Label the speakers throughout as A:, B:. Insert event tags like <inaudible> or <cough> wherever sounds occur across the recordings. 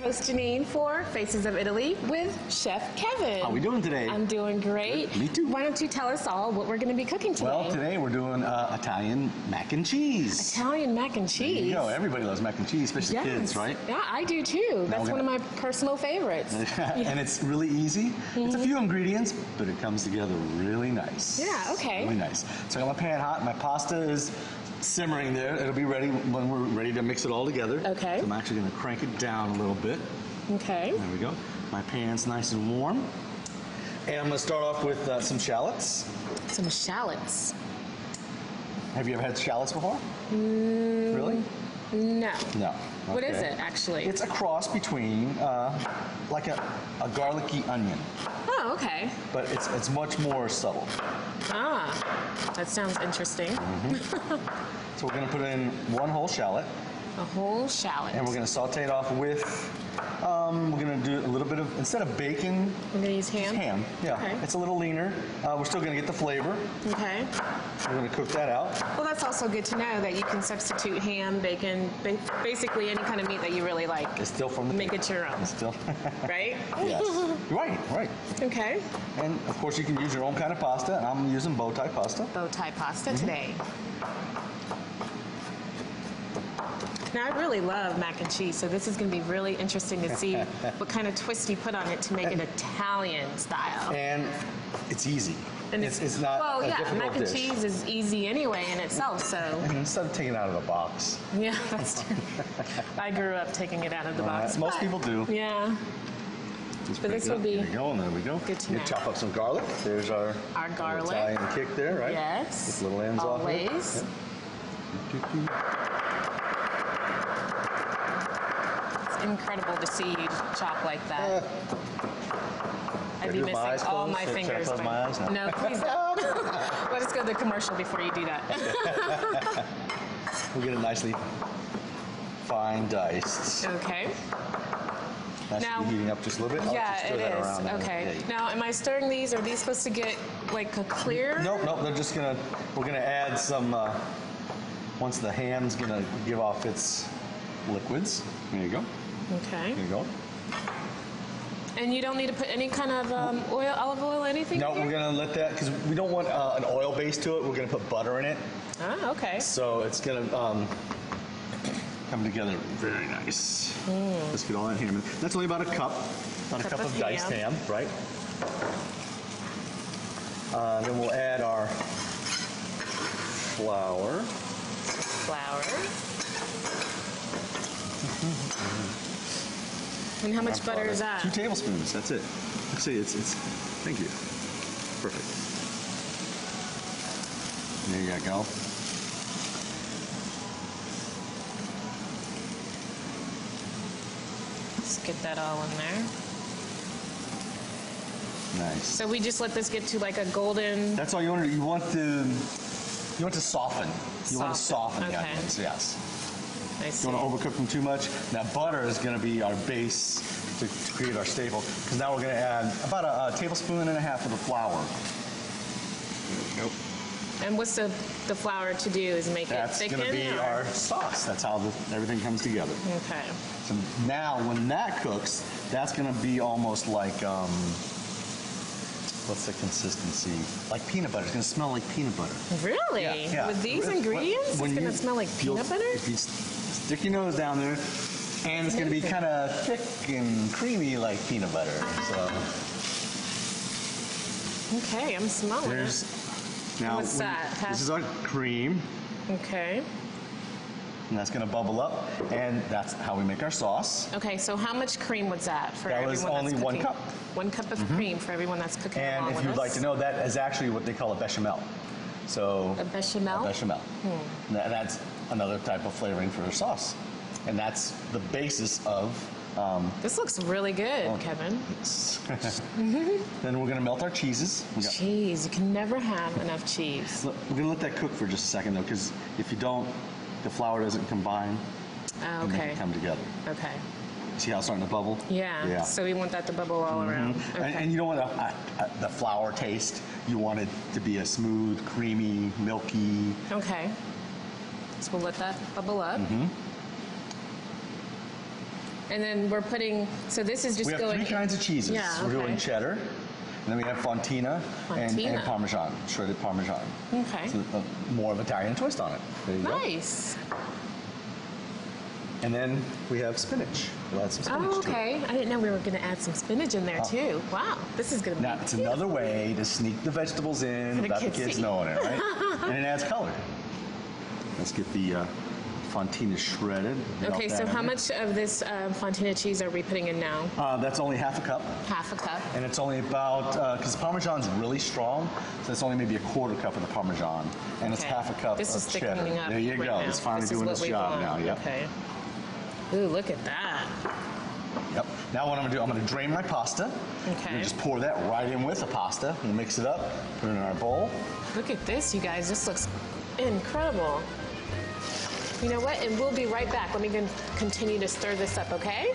A: host Janine for Faces of Italy with Chef Kevin.
B: How we doing today?
A: I'm doing great.
B: Me too.
A: Why don't you tell us all what we're going to be cooking today?
B: Well, today we're doing uh, Italian mac and cheese.
A: Italian mac and
B: There you
A: cheese.
B: go. Everybody loves mac and cheese, especially
A: yes. <laughs>
B: kids, right?
A: Yeah, I do too. That's
B: we're
A: one of my
B: gonna-
A: personal favorites.
B: <laughs> and it's really easy. It's a
A: Mm-hmm.
B: few ingredients, but it comes together really nice.
A: Yeah, okay.
B: Really nice. So I got my pan hot. My pasta is simmering there. It'll be ready when we're ready to mix it all together.
A: Okay.
B: So I'm actually going to crank it down a little bit.
A: Okay.
B: There we go. My pan's nice and warm. And I'm going to start off with uh, some shallots.
A: Some shallots.
B: Have you ever had shallots before?
A: Mm.
B: Really?
A: No.
B: No.
A: What is
B: Okay.
A: it actually?
B: It's a cross between uh, like a, a garlicky onion,
A: oh, okay.
B: but it's, it's much more subtle.
A: Ah, that sounds interesting.
B: Mm-hmm. So we're gonna put in one whole shallot,
A: A whole shallot.
B: and we're gonna saute it off with. Um, we're gonna do a little bit of instead of bacon,
A: I'm going to use ham.
B: ham. Yeah,
A: Okay.
B: it's a little leaner. Uh, we're still gonna get the flavor.
A: Okay.
B: We're gonna cook that out.
A: Well, that's also good to know that you can substitute ham, bacon, ba- basically any kind of meat that you really like.
B: It's still from the
A: Make it your own,
B: <laughs> It's still.
A: right? <laughs>
B: yes. Right. Right.
A: Okay.
B: And of course, you can use your own kind of pasta, and I'm using bow tie pasta.
A: Bow tie pasta
B: Mm-hmm.
A: today. Now, I really love mac and cheese, so this is going to be really interesting to
B: <laughs>
A: see what kind of twist you put on it to make it Italian style.
B: And it's easy.
A: And
B: it's, it's not
A: Well,
B: a
A: yeah,
B: difficult
A: mac and
B: dish.
A: cheese is easy anyway in itself, so
B: And Instead of taking it out of the box,
A: yeah,
B: <laughs>
A: that's <laughs> true. I grew up taking it out of the
B: Well,
A: box.
B: most
A: but-
B: people do.
A: Yeah,
B: Just
A: But
B: pick
A: this
B: it
A: will
B: up.
A: be
B: There we go, and there we go.
A: good to
B: you
A: know.
B: chop up some garlic. There's our,
A: Our
B: little
A: garlic.
B: Italian kick there, right?
A: yes.
B: With little ends off it.
A: Always.
B: Yep.
A: It's incredible to see you chop like that. I'd
B: Gotta
A: be
B: do my
A: missing
B: eyes
A: all
B: closed?
A: my
B: Should I
A: fingers.
B: close
A: when-
B: my eyes? No.
A: No, please
B: <laughs>
A: don't. Let us go to the commercial before you do that.
B: We'll get it nicely fine diced.
A: okay.
B: That
A: Now-
B: should be heating up just a little bit. I'll just
A: yeah,
B: stir
A: it
B: that around
A: is.
B: and-
A: Okay.
B: yeah.
A: Now, am I stirring these? Are these supposed to get like a clear?
B: Nope, nope. They're just gonna. We're gonna add some. Uh, once the ham's gonna give off its liquids. There you go.
A: Okay.
B: There you go.
A: And you don't need to put any kind of um, oil, olive oil, anything.
B: Mm-hmm. No,
A: in here?
B: we're gonna let that because we don't want uh, an oil base to it. We're gonna put butter in it,
A: Ah, okay.
B: so it's gonna um, come together very nice. Let's get all that ham. in. That's only about a cup, about
A: Hmm.
B: a
A: Cup
B: cup
A: of
B: of, diced ham, right? Uh, then we'll add our flour. <laughs>
A: Flour. And how much butter is that?
B: Two tablespoons. That's it. Actually, it's it's. Thank you. Perfect. There you go.
A: Let's get that all in there.
B: Nice.
A: So we just let this get to like a golden.
B: That's all you want. to do. You want to you want to soften. You want to
A: Soften,
B: soften the
A: okay.
B: onions. Yes.
A: I see.
B: Don't want to overcook them too much. Now butter is going to be our base to, to create our staple. Because now we're going to add about a, a tablespoon and a half of the flour. There we go.
A: And what's the the flour to do is make
B: That's
A: it thicken.
B: going to be
A: or-
B: our sauce. That's how the, everything comes together.
A: Okay.
B: So now when that cooks, that's going to be almost like um, what's the consistency? Like peanut butter. It's going to smell like peanut butter.
A: Really?
B: Yeah, yeah.
A: With these
B: When-
A: ingredients,
B: when
A: it's
B: you-
A: gonna smell like
B: you'll-
A: peanut butter.
B: If you s- stick your nose down there, and it's going to be kind of thick and creamy like peanut butter.
A: Ah,
B: So
A: Okay, I'm smelling
B: there's now
A: What's
B: when-
A: that? Half-
B: this is our cream,
A: it. Okay.
B: and that's going to bubble up, and that's how we make our sauce.
A: Okay. So how much cream was that for
B: That
A: everyone
B: was
A: that's
B: only one
A: cooking?
B: cup. Mm-hmm.
A: One cup of cream for everyone that's cooking
B: And
A: along
B: if
A: with
B: you'd
A: us.
B: like to know, that is actually what they call a bechamel. So
A: A bechamel? Hmm.
B: A bechamel. And that- that's another type of flavoring for a sauce, and that's the basis of. Um,
A: This looks really good,
B: Oh,
A: Kevin.
B: <laughs>
A: <laughs>
B: then we're going to melt our cheeses. We got
A: Cheese. You can never have enough cheese.
B: Look, We're gonna let that cook for just a second though, because if you don't, the flour doesn't combine
A: Ah,
B: and make
A: okay.
B: it come together.
A: Okay.
B: See how it's starting to bubble?
A: Yeah.
B: Yeah. Mm-hmm.
A: So we want that to bubble all around. Okay.
B: and, and you don't want a, a, a, the flour taste. You want it to be a smooth, creamy, milky.
A: Okay.
B: Mm-hmm.
A: So we'll let that bubble up. And then we're putting, so this is just
B: We have
A: going.
B: three kinds of cheeses.
A: Yeah,
B: We're doing
A: okay.
B: cheddar, and then we have fontina, and- And,
A: Fontina.
B: parmesan, shredded parmesan.
A: Okay.
B: So, uh, more of Italian twist on it. There you go.
A: Nice.
B: And then we have spinach. We'll add some spinach
A: Oh,
B: to it.
A: okay. I didn't know we were going to add some spinach in there too. Wow, this is going to be.
B: Ah. Now, it's another way to sneak the vegetables in
A: the
B: without the
A: kids to
B: kids
A: eat.
B: knowing it,
A: <laughs>
B: right? and it adds color. Let's get the uh, fontina shredded. Melt
A: Okay,
B: that
A: so
B: in
A: how
B: there.
A: much of this um, fontina cheese are we putting in now?
B: Uh, that's only half a cup,
A: Half a cup.
B: and it's only about because Parmesan's really strong, so it's only maybe a quarter cup of the Parmesan, and it's
A: Okay.
B: half a cup
A: This
B: of
A: is
B: cheddar.
A: thickening up.
B: there you
A: right now.
B: go. It's finally
A: This is
B: doing
A: what
B: its
A: we
B: job
A: want.
B: now. Yep.
A: Okay. Ooh, look at that.
B: Yep. Now what I'm gonna do? I'm gonna drain my pasta.
A: Okay.
B: And just pour that right in with the pasta. We'll mix it up. Put it in our bowl.
A: Look at this, you guys. This looks incredible. You know what? And we'll be right back. Let me con- continue to stir this up, okay?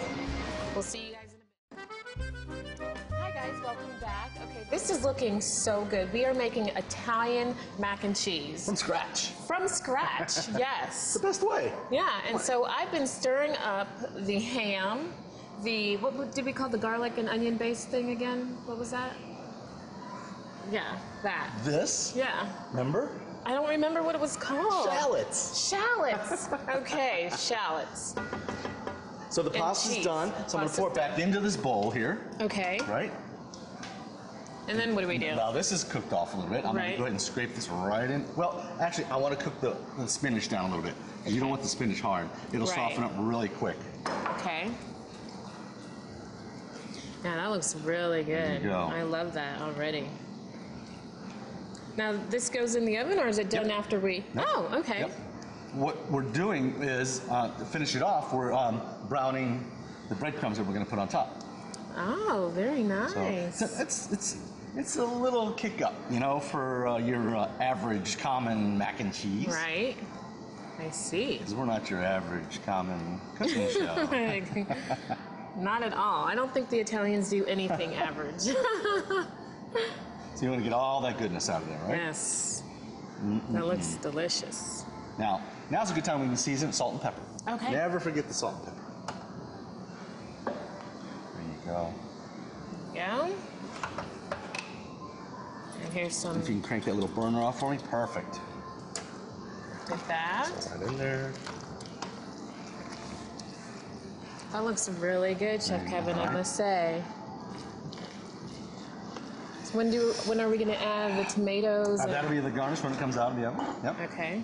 A: We'll see you guys in a bit. Hi, guys. Welcome back. Okay, this is looking so good. We are making Italian mac and cheese
B: From scratch.
A: from scratch. yes.
B: The best way.
A: Yeah, and so I've been stirring up the ham, the what would- did we call the garlic and onion based thing again? What was that? Yeah, that.
B: This.
A: Yeah.
B: Remember?
A: I don't remember what it was called.
B: Shallots.
A: Shallots. Okay, shallots.
B: So the pasta's
A: cheese.
B: done. So I'm gonna
A: Pasta's
B: pour it back into this bowl here,
A: Okay.
B: right?
A: And then what do we do?
B: Now this is cooked off a little bit. I'm gonna
A: Right.
B: go ahead and scrape this right in. Well, actually, I want to cook the, the spinach down a little bit. 'cause You don't want the spinach hard. It'll
A: Right.
B: soften up really quick.
A: Okay. Yeah, that looks really good.
B: you go.
A: I love that already. Now this goes in the oven, or is it done
B: Yep.
A: after we?
B: Yep.
A: Oh, okay.
B: Yep. What we're doing is uh, to finish it off. We're um, browning the breadcrumbs that we're gonna put on top.
A: Oh, very
B: So
A: nice.
B: <laughs> it's it's it's, it's a little kick up, you know, for uh, your uh, average common mac and cheese.
A: Right. I see. <laughs>
B: 'Cause we're not your average common cooking show.
A: Not at all. I don't think the Italians do
B: <laughs>
A: anything average.
B: So you want to get all that goodness out of there, right?
A: yes. That looks delicious.
B: Now, now's a good time we can season it, salt and pepper.
A: Okay.
B: Never forget the salt and pepper. There you go.
A: Yeah. And here's some
B: If you can crank that little burner off for me, perfect.
A: of that.
B: Right in there.
A: That looks really good, Chef Kevin, I must say. So when do when are we gonna add the tomatoes?
B: Uh,
A: and-
B: that'll be the garnish when it comes out of the oven. Yep.
A: okay.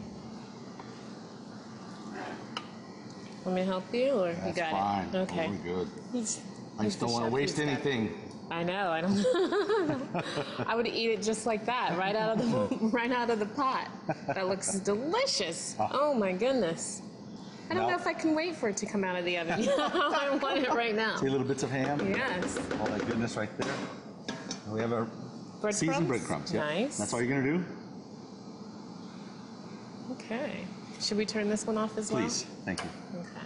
A: Want me to help you, or you
B: That's
A: got
B: fine.
A: it? Okay.
B: We're good.
A: He's-
B: I
A: he's
B: just
A: the
B: don't want to
A: chef,
B: waste
A: he's got it.
B: anything.
A: I know. I don't. <laughs> I would eat it just like that, right out of the <laughs> right out of the pot. That looks delicious. Oh my goodness. I don't
B: Now-
A: know if I can wait for it to come out of the oven. <laughs> I want it right now.
B: See little bits of ham?
A: Yes.
B: All that goodness right there. And we have our seasoned breadcrumbs.
A: Breadcrumbs?
B: Yep.
A: Nice.
B: That's all you're going to do?
A: Okay. Should we turn this one off as
B: Please. Thank you.
A: well? Okay.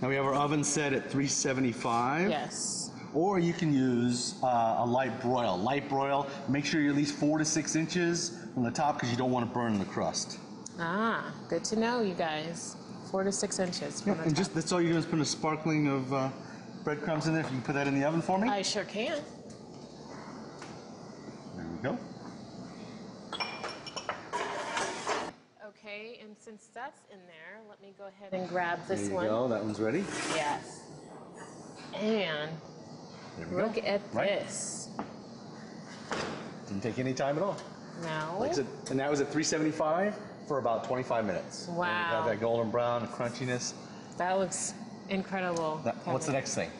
B: Now we have our oven set at 375.
A: Yes.
B: Or you can use uh, a light broil. Light broil, make sure you're at least four to six inches from the top because you don't want to burn the crust.
A: Ah, good to know, you guys. Four to six inches from the
B: And
A: top.
B: just that's all you're doing is putting a sparkling of uh, breadcrumbs in there. If you can put that in the oven for me.
A: I sure can.
B: There we go.
A: Okay, and since that's in there, let me go ahead and grab this
B: there you
A: one.
B: go. That one's ready.
A: Yes. And
B: There we
A: look
B: go.
A: at
B: Right.
A: this.
B: Didn't take any time at all.
A: Now.
B: Like I said, and that was at 375 for about 25 minutes. And you
A: Wow.
B: got that golden brown crunchiness.
A: That looks incredible.
B: That- what's
A: Kevin.
B: the next thing?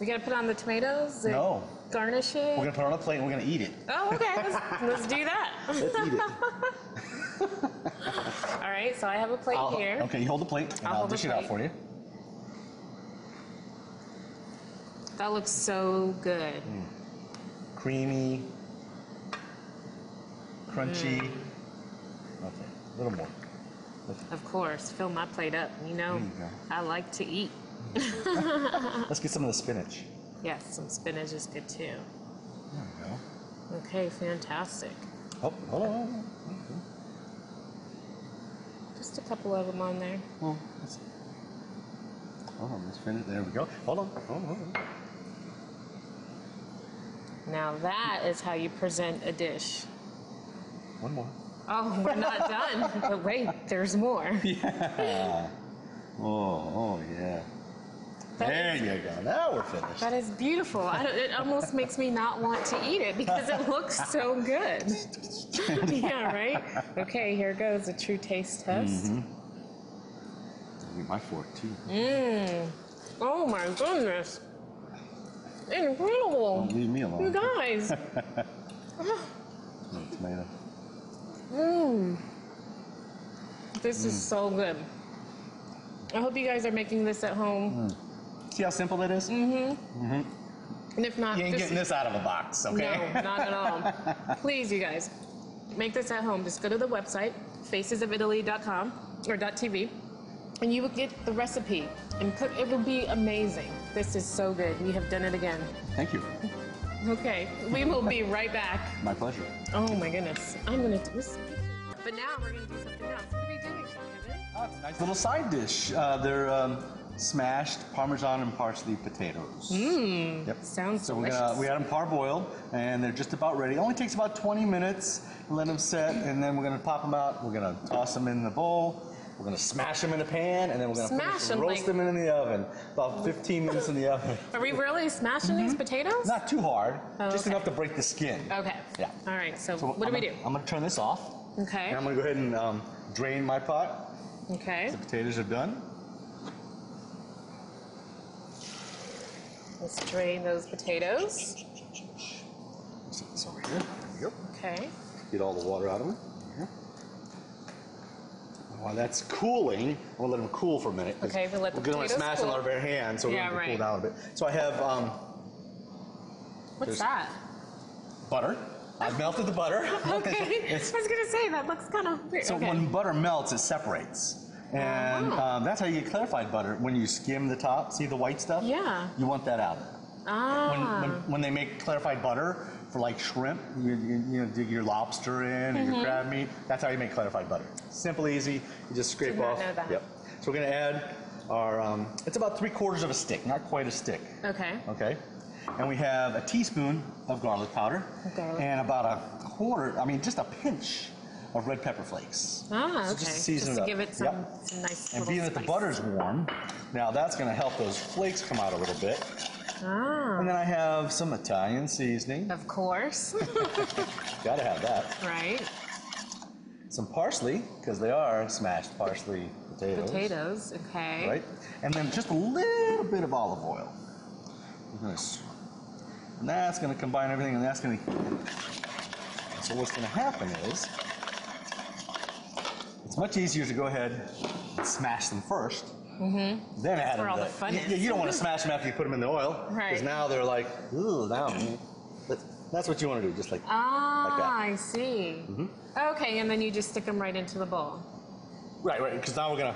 A: We gotta put on the tomatoes. and
B: No.
A: Garnish it.
B: We're gonna put it on a plate and we're gonna eat it.
A: Oh, okay. Let's, let's do
B: <laughs>
A: that.
B: Let's eat it.
A: <laughs> All right. So I have a plate
B: I'll-
A: here.
B: Okay, you hold the plate and
A: I'll
B: I'll
A: hold the
B: dish it out
A: plate.
B: for you.
A: That looks so good.
B: Mm. creamy, crunchy.
A: Mm.
B: Okay, a little more.
A: Of course. Fill my plate up. You know,
B: There you
A: I like to eat. Uh.
B: Let's get some of the spinach.
A: Yes, some spinach is good too.
B: There we go.
A: Okay, fantastic.
B: Oh, hold on, hold on.
A: Just a couple of them on there.
B: Well, that's- Hold on, let's finish. There we go. Hold on. Hold on. Hold on.
A: Now that is how you present a dish.
B: One <laughs> more.
A: Oh, we're
B: <laughs>
A: not done. But wait, there's more.
B: Oh, oh yeah.
A: That
B: there
A: is-
B: you go. Now we're finished.
A: That is beautiful. I don't, it almost makes me not want to eat it because it looks so good. <laughs> yeah, right? Okay, here goes a true taste test.
B: Mm-hmm. I'll get my fork too.
A: Mm. Oh my goodness. Incredible.
B: Don't leave me
A: You
B: alone.
A: guys.
B: Little tomato.
A: This
B: Mm.
A: is so good. I hope you guys are making this at home.
B: See how simple that is?
A: Mm, And if not,
B: You ain't
A: this
B: getting this out of a box, okay? <laughs>
A: No, not at all. Please, you guys, make this at home. Just go to the website, facesofitaly.com or .tv, and you will get the recipe. And cook, it will be amazing. This is so good. We have done it again.
B: Thank you.
A: Okay, we will <laughs> be right back.
B: My pleasure.
A: Oh my goodness, I'm gonna do this. But now we're gonna do something else. What are we doing, Chef Kevin?
B: Oh, it's a nice little side dish. Uh, they're um, smashed Parmesan and parsley potatoes.
A: Mm,
B: Mmm. Yep.
A: Sounds
B: So we're gonna,
A: delicious.
B: we had them parboiled, and they're just about ready. It only takes about 20 minutes. Let them set, and then we're gonna pop them out. We're gonna toss them in the bowl. We're gonna smash them in the pan, and then we're gonna
A: Smash
B: finish-
A: 'em
B: roast
A: like-
B: them in the oven. About 15 minutes in the oven.
A: <laughs> Are we really smashing these potatoes?
B: Not too hard,
A: Oh,
B: just
A: okay.
B: enough to break the skin.
A: Okay.
B: Yeah.
A: All right. So,
B: So
A: what do
B: I'm
A: we do?
B: gonna- I'm gonna turn this off.
A: Okay.
B: And I'm gonna go ahead and um, drain my pot.
A: Okay.
B: The potatoes are done.
A: Let's drain those potatoes.
B: Set this over here. There we go.
A: Okay.
B: Get all the water out of them. While that's cooling, I'm gonna let them cool for a minute. 'cause
A: Okay, we let the
B: We're gonna
A: potatoes
B: smash them
A: cool.
B: out of our hands, so we're
A: Yeah,
B: gonna cool
A: right.
B: down a bit. So I have um,
A: What's
B: There's-
A: that?
B: butter. I melted the butter.
A: <laughs> Okay. I <laughs> was
B: <laughs> It's-
A: gonna say that looks kind of weird.
B: so
A: okay. Oh,
B: when butter melts, it separates. And
A: Wow.
B: um, that's how you get clarified butter. When you skim the top, see the white stuff?
A: Yeah.
B: You want that out. when,
A: ah,
B: when, when they make clarified butter for like shrimp, you, you, you know, dig your lobster in or
A: Mm-hmm.
B: your crab meat. That's how you make clarified butter. Simple, easy. You just scrape
A: Did not
B: off.
A: know that.
B: Yep. So we're gonna add our. Um, it's about three quarters of a stick, not quite a stick.
A: okay.
B: Okay. And we have a teaspoon of garlic powder
A: Of garlic.
B: and about a quarter. I mean, just a pinch of red pepper flakes.
A: Ah, okay.
B: So just
A: Just
B: season it
A: to
B: up.
A: give it some,
B: Yep.
A: some nice
B: And
A: little
B: being that the
A: spice.
B: butter's warm, now that's going to help those flakes come out a little bit.
A: Ah,
B: And then I have some Italian seasoning.
A: of course, <laughs>
B: Gotta have that.
A: right?
B: Some parsley, because they are smashed parsley potatoes.
A: Potatoes. Okay.
B: Right? And then just a little bit of olive oil. Nice. And that's gonna combine everything, and that's gonna. So what's gonna happen is, it's much easier to go ahead and smash them 1st Mm-hmm. Then add
A: where
B: them
A: all
B: to-
A: the fun
B: you,
A: is.
B: you don't want to smash them after you put them in the oil,
A: Right.
B: Because now they're like, ooh, now. That's, that's what you want to do, just like Mm-hmm.
A: Ah,
B: Like
A: I see. Okay, and then you just stick them right into the bowl.
B: Right, right. Because now we're gonna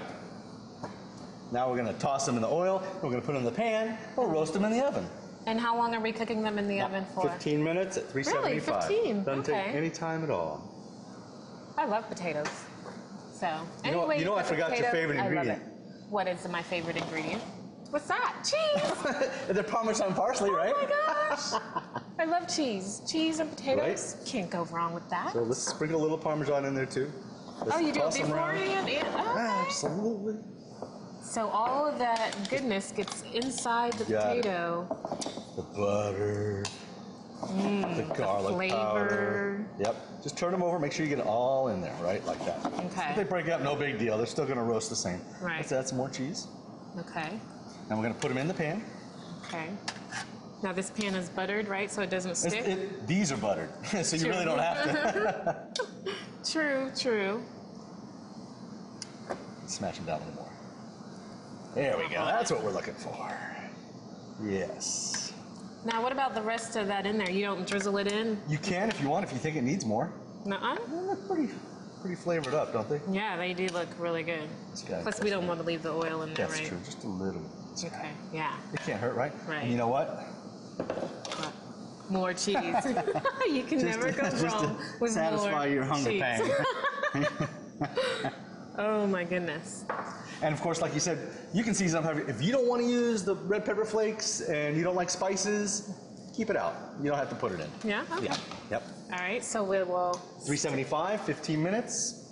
B: now we're gonna toss them in the oil. We're gonna put them in the pan. We'll roast them in the oven.
A: And how long are we cooking them in the oven for?
B: Fifteen minutes at three seventy-five.
A: 15?
B: Doesn't take
A: Okay.
B: any time at all.
A: I love potatoes. So,
B: You know-
A: anyway,
B: you know I forgot your favorite ingredient.
A: What is my favorite ingredient? What's that? Cheese.
B: They're Parmesan parsley, right?
A: Oh my gosh! I love cheese. Cheese and potatoes.
B: Right?
A: Can't go wrong with that.
B: So let's sprinkle a little Parmesan in there too. Let's
A: oh, you do it
B: toss 'em around.
A: beforehand and oh, okay.
B: Absolutely.
A: So all of that goodness gets inside the
B: Got it.
A: potato.
B: The butter. the garlic
A: Mm, flavor.
B: powder. Yep. Just turn them over. Make sure you get it all in there, right, like that. If they
A: Okay.
B: break up, no big deal. They're still gonna roast the same.
A: Right.
B: Let's add some more cheese.
A: Okay.
B: And we're gonna put them in the pan.
A: Okay. Now this pan is buttered, right? So it doesn't
B: It's-
A: stick.
B: it- these are buttered, <laughs> so you really don't have to
A: true. True.
B: <laughs> smash them down a little more. There we
A: Uh-huh.
B: go. That's what we're looking for. Yes.
A: Now what about the rest of that in there? You don't drizzle it in?
B: You can if you want. If you think it needs more.
A: Nuh-uh.
B: They look pretty, pretty flavored up, don't they?
A: Yeah, they do look really good.
B: It's got-
A: Plus we don't want to leave the oil in there,
B: That's
A: right?
B: true. Just a little. It's-
A: Okay. Yeah.
B: It can't hurt, right?
A: Right.
B: And you know what?
A: But More cheese. <laughs> you can never
B: <laughs>
A: go wrong with
B: satisfy
A: more <laughs>
B: your hunger
A: cheese.
B: pang.
A: Oh my goodness.
B: And of course, like you said, you can season up however. If you don't want to use the red pepper flakes and you don't like spices, keep it out. You don't have to put it in.
A: Yeah? Okay.
B: Yeah. Yep.
A: All right, so we will,
B: 375, 15 minutes.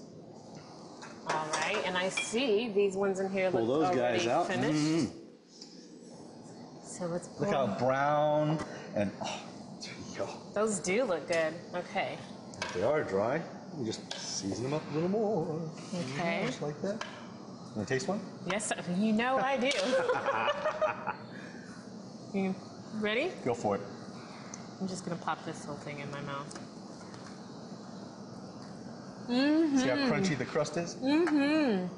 A: all right, and I see these ones in here
B: Pull
A: look
B: those guys
A: already
B: out. Mm-hmm.
A: finished. So let's
B: Look
A: pull,
B: how brown and oh, there you go.
A: those do look good, okay,
B: They are dry. You just season them up a little more. Mm-hmm,
A: okay.
B: Just like that. Want to taste one?
A: Yes, <laughs> you know I
B: <laughs>
A: do. you ready?
B: Go for it.
A: I'm just gonna pop this whole thing in my mouth.
B: See how
A: Mm-hmm.
B: crunchy the crust is? Mm.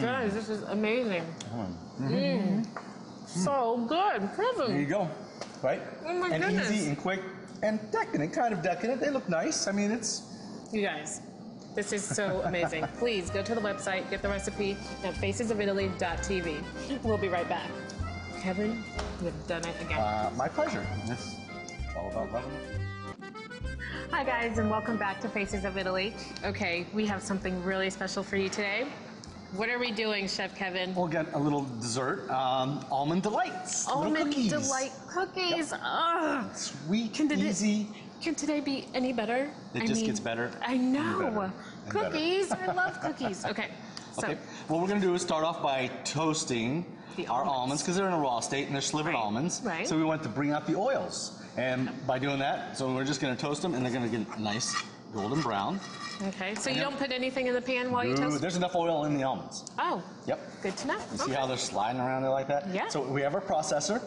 A: Guys, this is amazing. Mm. So good,
B: Mm-hmm. There you
A: Kevin.
B: go. Right?
A: Oh my
B: and
A: goodness.
B: easy and quick and decadent, kind of decadent. They look nice. I mean, it's
A: You guys, this is so <laughs> amazing. Please go to the website, get the recipe at facesofitaly.tv. We'll be right back. Kevin, you have done it again.
B: uh, my pleasure. It's all about loving it.
A: Hi, guys, and welcome back to Faces of Italy. Okay, we have something really special for you today. What are we doing, Chef Kevin?
B: We'll get a little dessert. Um, almond delights. little
A: Almond
B: cookies.
A: delight cookies. Ugh.
B: Sweet,
A: Can today-
B: easy.
A: Can today be any better?
B: It
A: I
B: just
A: mean,
B: gets better
A: I know.
B: and better and better.
A: cookies. I love cookies. Okay. So
B: Okay. What we're going to do is start off by toasting
A: The
B: our
A: almonds.
B: almonds because they're in a raw state and they're slivered
A: Right,
B: almonds.
A: right.
B: So we want to bring out the oils, and by doing that, so we're just going to toast them, and they're going to get a nice golden brown.
A: okay. So you don't put anything in the pan while you
B: Ooh,
A: toast.
B: there's enough oil in the almonds.
A: Oh.
B: Yep.
A: Good to know.
B: You
A: okay.
B: see how they're sliding around there like that?
A: Yeah.
B: So we have our processor,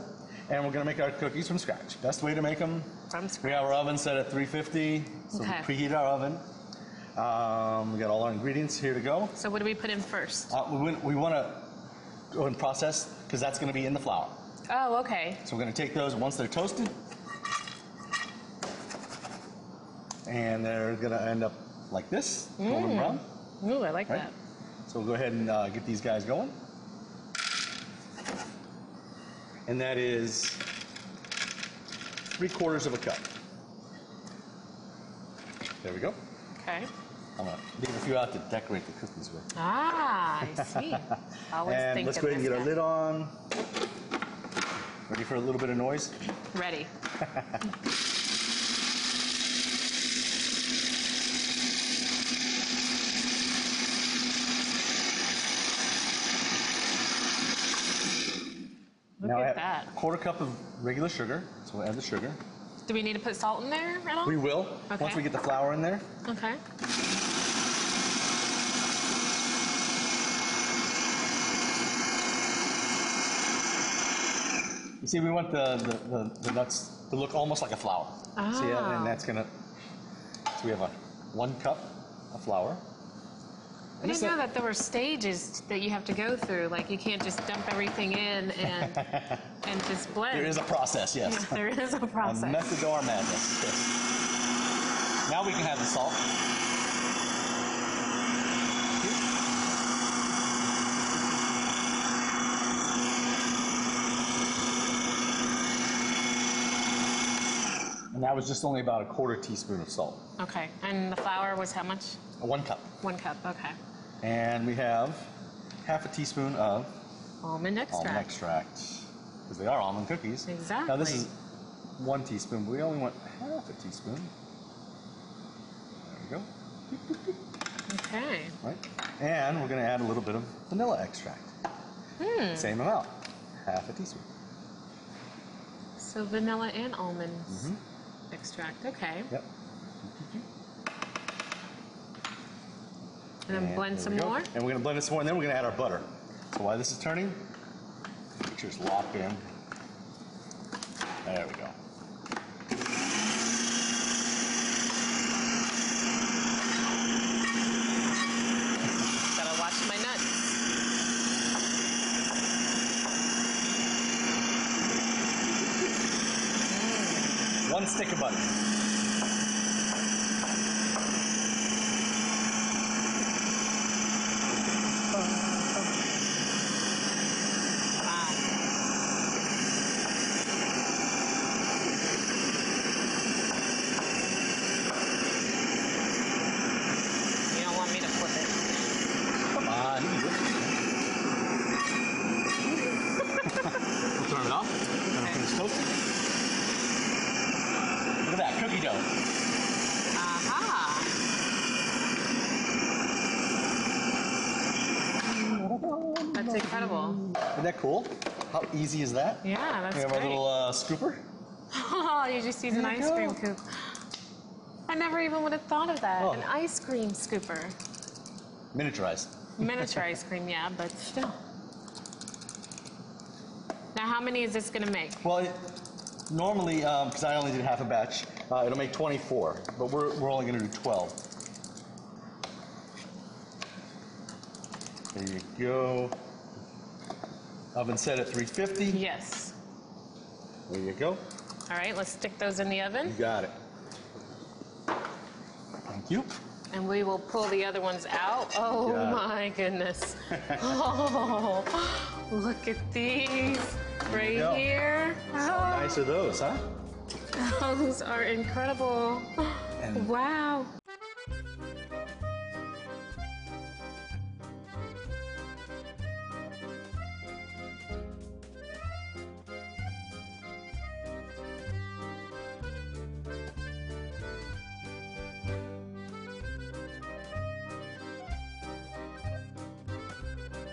B: and we're going to make our cookies from scratch. Best way to make them.
A: From
B: We
A: scratch.
B: have our oven set at 350, so
A: Okay.
B: we preheat our oven. Um, we got all our ingredients here to go.
A: So what do we put in first?
B: Uh, we want, we want to go and process because that's going to be in the flour.
A: Oh, okay.
B: So we're going to take those once they're toasted, and they're going to end up like this, golden brown.
A: Ooh, I like
B: Right.
A: that.
B: So we'll go ahead and uh, get these guys going. And that is three quarters of a cup. There we go.
A: Okay.
B: I'm going to leave a few out to decorate the cookies with.
A: Ah,
B: <laughs>
A: <laughs> I see. Always
B: And
A: think
B: let's
A: of
B: go ahead and
A: this
B: get our
A: guy.
B: lid on. Ready for a little bit of noise?
A: Ready. Look
B: now I
A: at
B: have
A: that.
B: a quarter cup of regular sugar, so we'll add the sugar.
A: Do we need to put salt in there at all?
B: We will, once
A: Okay.
B: we get the flour in there.
A: Okay.
B: You see, we want the, the, the, the nuts to look almost like a flour. See,
A: Ah.
B: and that's gonna, so we have a one cup of flour.
A: I
B: guess
A: didn't know that
B: that-
A: there were stages that you have to go through. Like you can't just dump everything in <laughs> and and just blend.
B: There is a process, yes.
A: Yeah, <laughs> there is a
B: A
A: process.
B: method to our madness. yes. Now we can have the salt. And that was just only about a quarter teaspoon of salt,
A: Okay. And the flour was how much?
B: one cup.
A: One cup. Okay.
B: And we have half a teaspoon of
A: Almond extract.
B: almond extract, because they are almond cookies. Now this
A: Exactly.
B: is one teaspoon, but we only want half a teaspoon. There we go.
A: Okay.
B: Right. And we're going to add a little bit of vanilla extract.
A: Hmm.
B: Same amount, half a teaspoon.
A: So vanilla and almonds Mm-hmm. extract. Okay.
B: Yep.
A: And then blend
B: there
A: some
B: we go.
A: more.
B: And we're going to blend this more, and then we're going to add our butter. So while this is turning, make sure it's locked in. There we go.
A: Gotta watch my nuts.
B: One stick of butter.
A: Ah, you don't want me to flip it.
B: Come on.
A: That's incredible.
B: Isn't that cool? How easy is that?
A: Yeah, that's
B: We have
A: great.
B: our little uh, scooper.
A: Oh, <laughs> you just use an
B: There you
A: ice cream
B: go.
A: scoop. I never even would have thought of that.
B: Oh.
A: An ice cream scooper.
B: Miniaturized.
A: Miniature ice cream, yeah, but still. Now, how many is this going to make?
B: Well, it, normally, because I only did half a batch, uh, it'll make 24, but we're, we're only going to do 12. There you go. Oven set at 350.
A: Yes.
B: There you go.
A: All right, let's stick those in the
B: You
A: oven
B: got it. Thank you.
A: and we will pull the other ones out. Oh
B: Got it.
A: my
B: <laughs>
A: goodness. Oh, look at these right
B: you go.
A: here. Oh, <laughs>
B: Nice are those, huh?
A: those are incredible.
B: And-
A: Wow.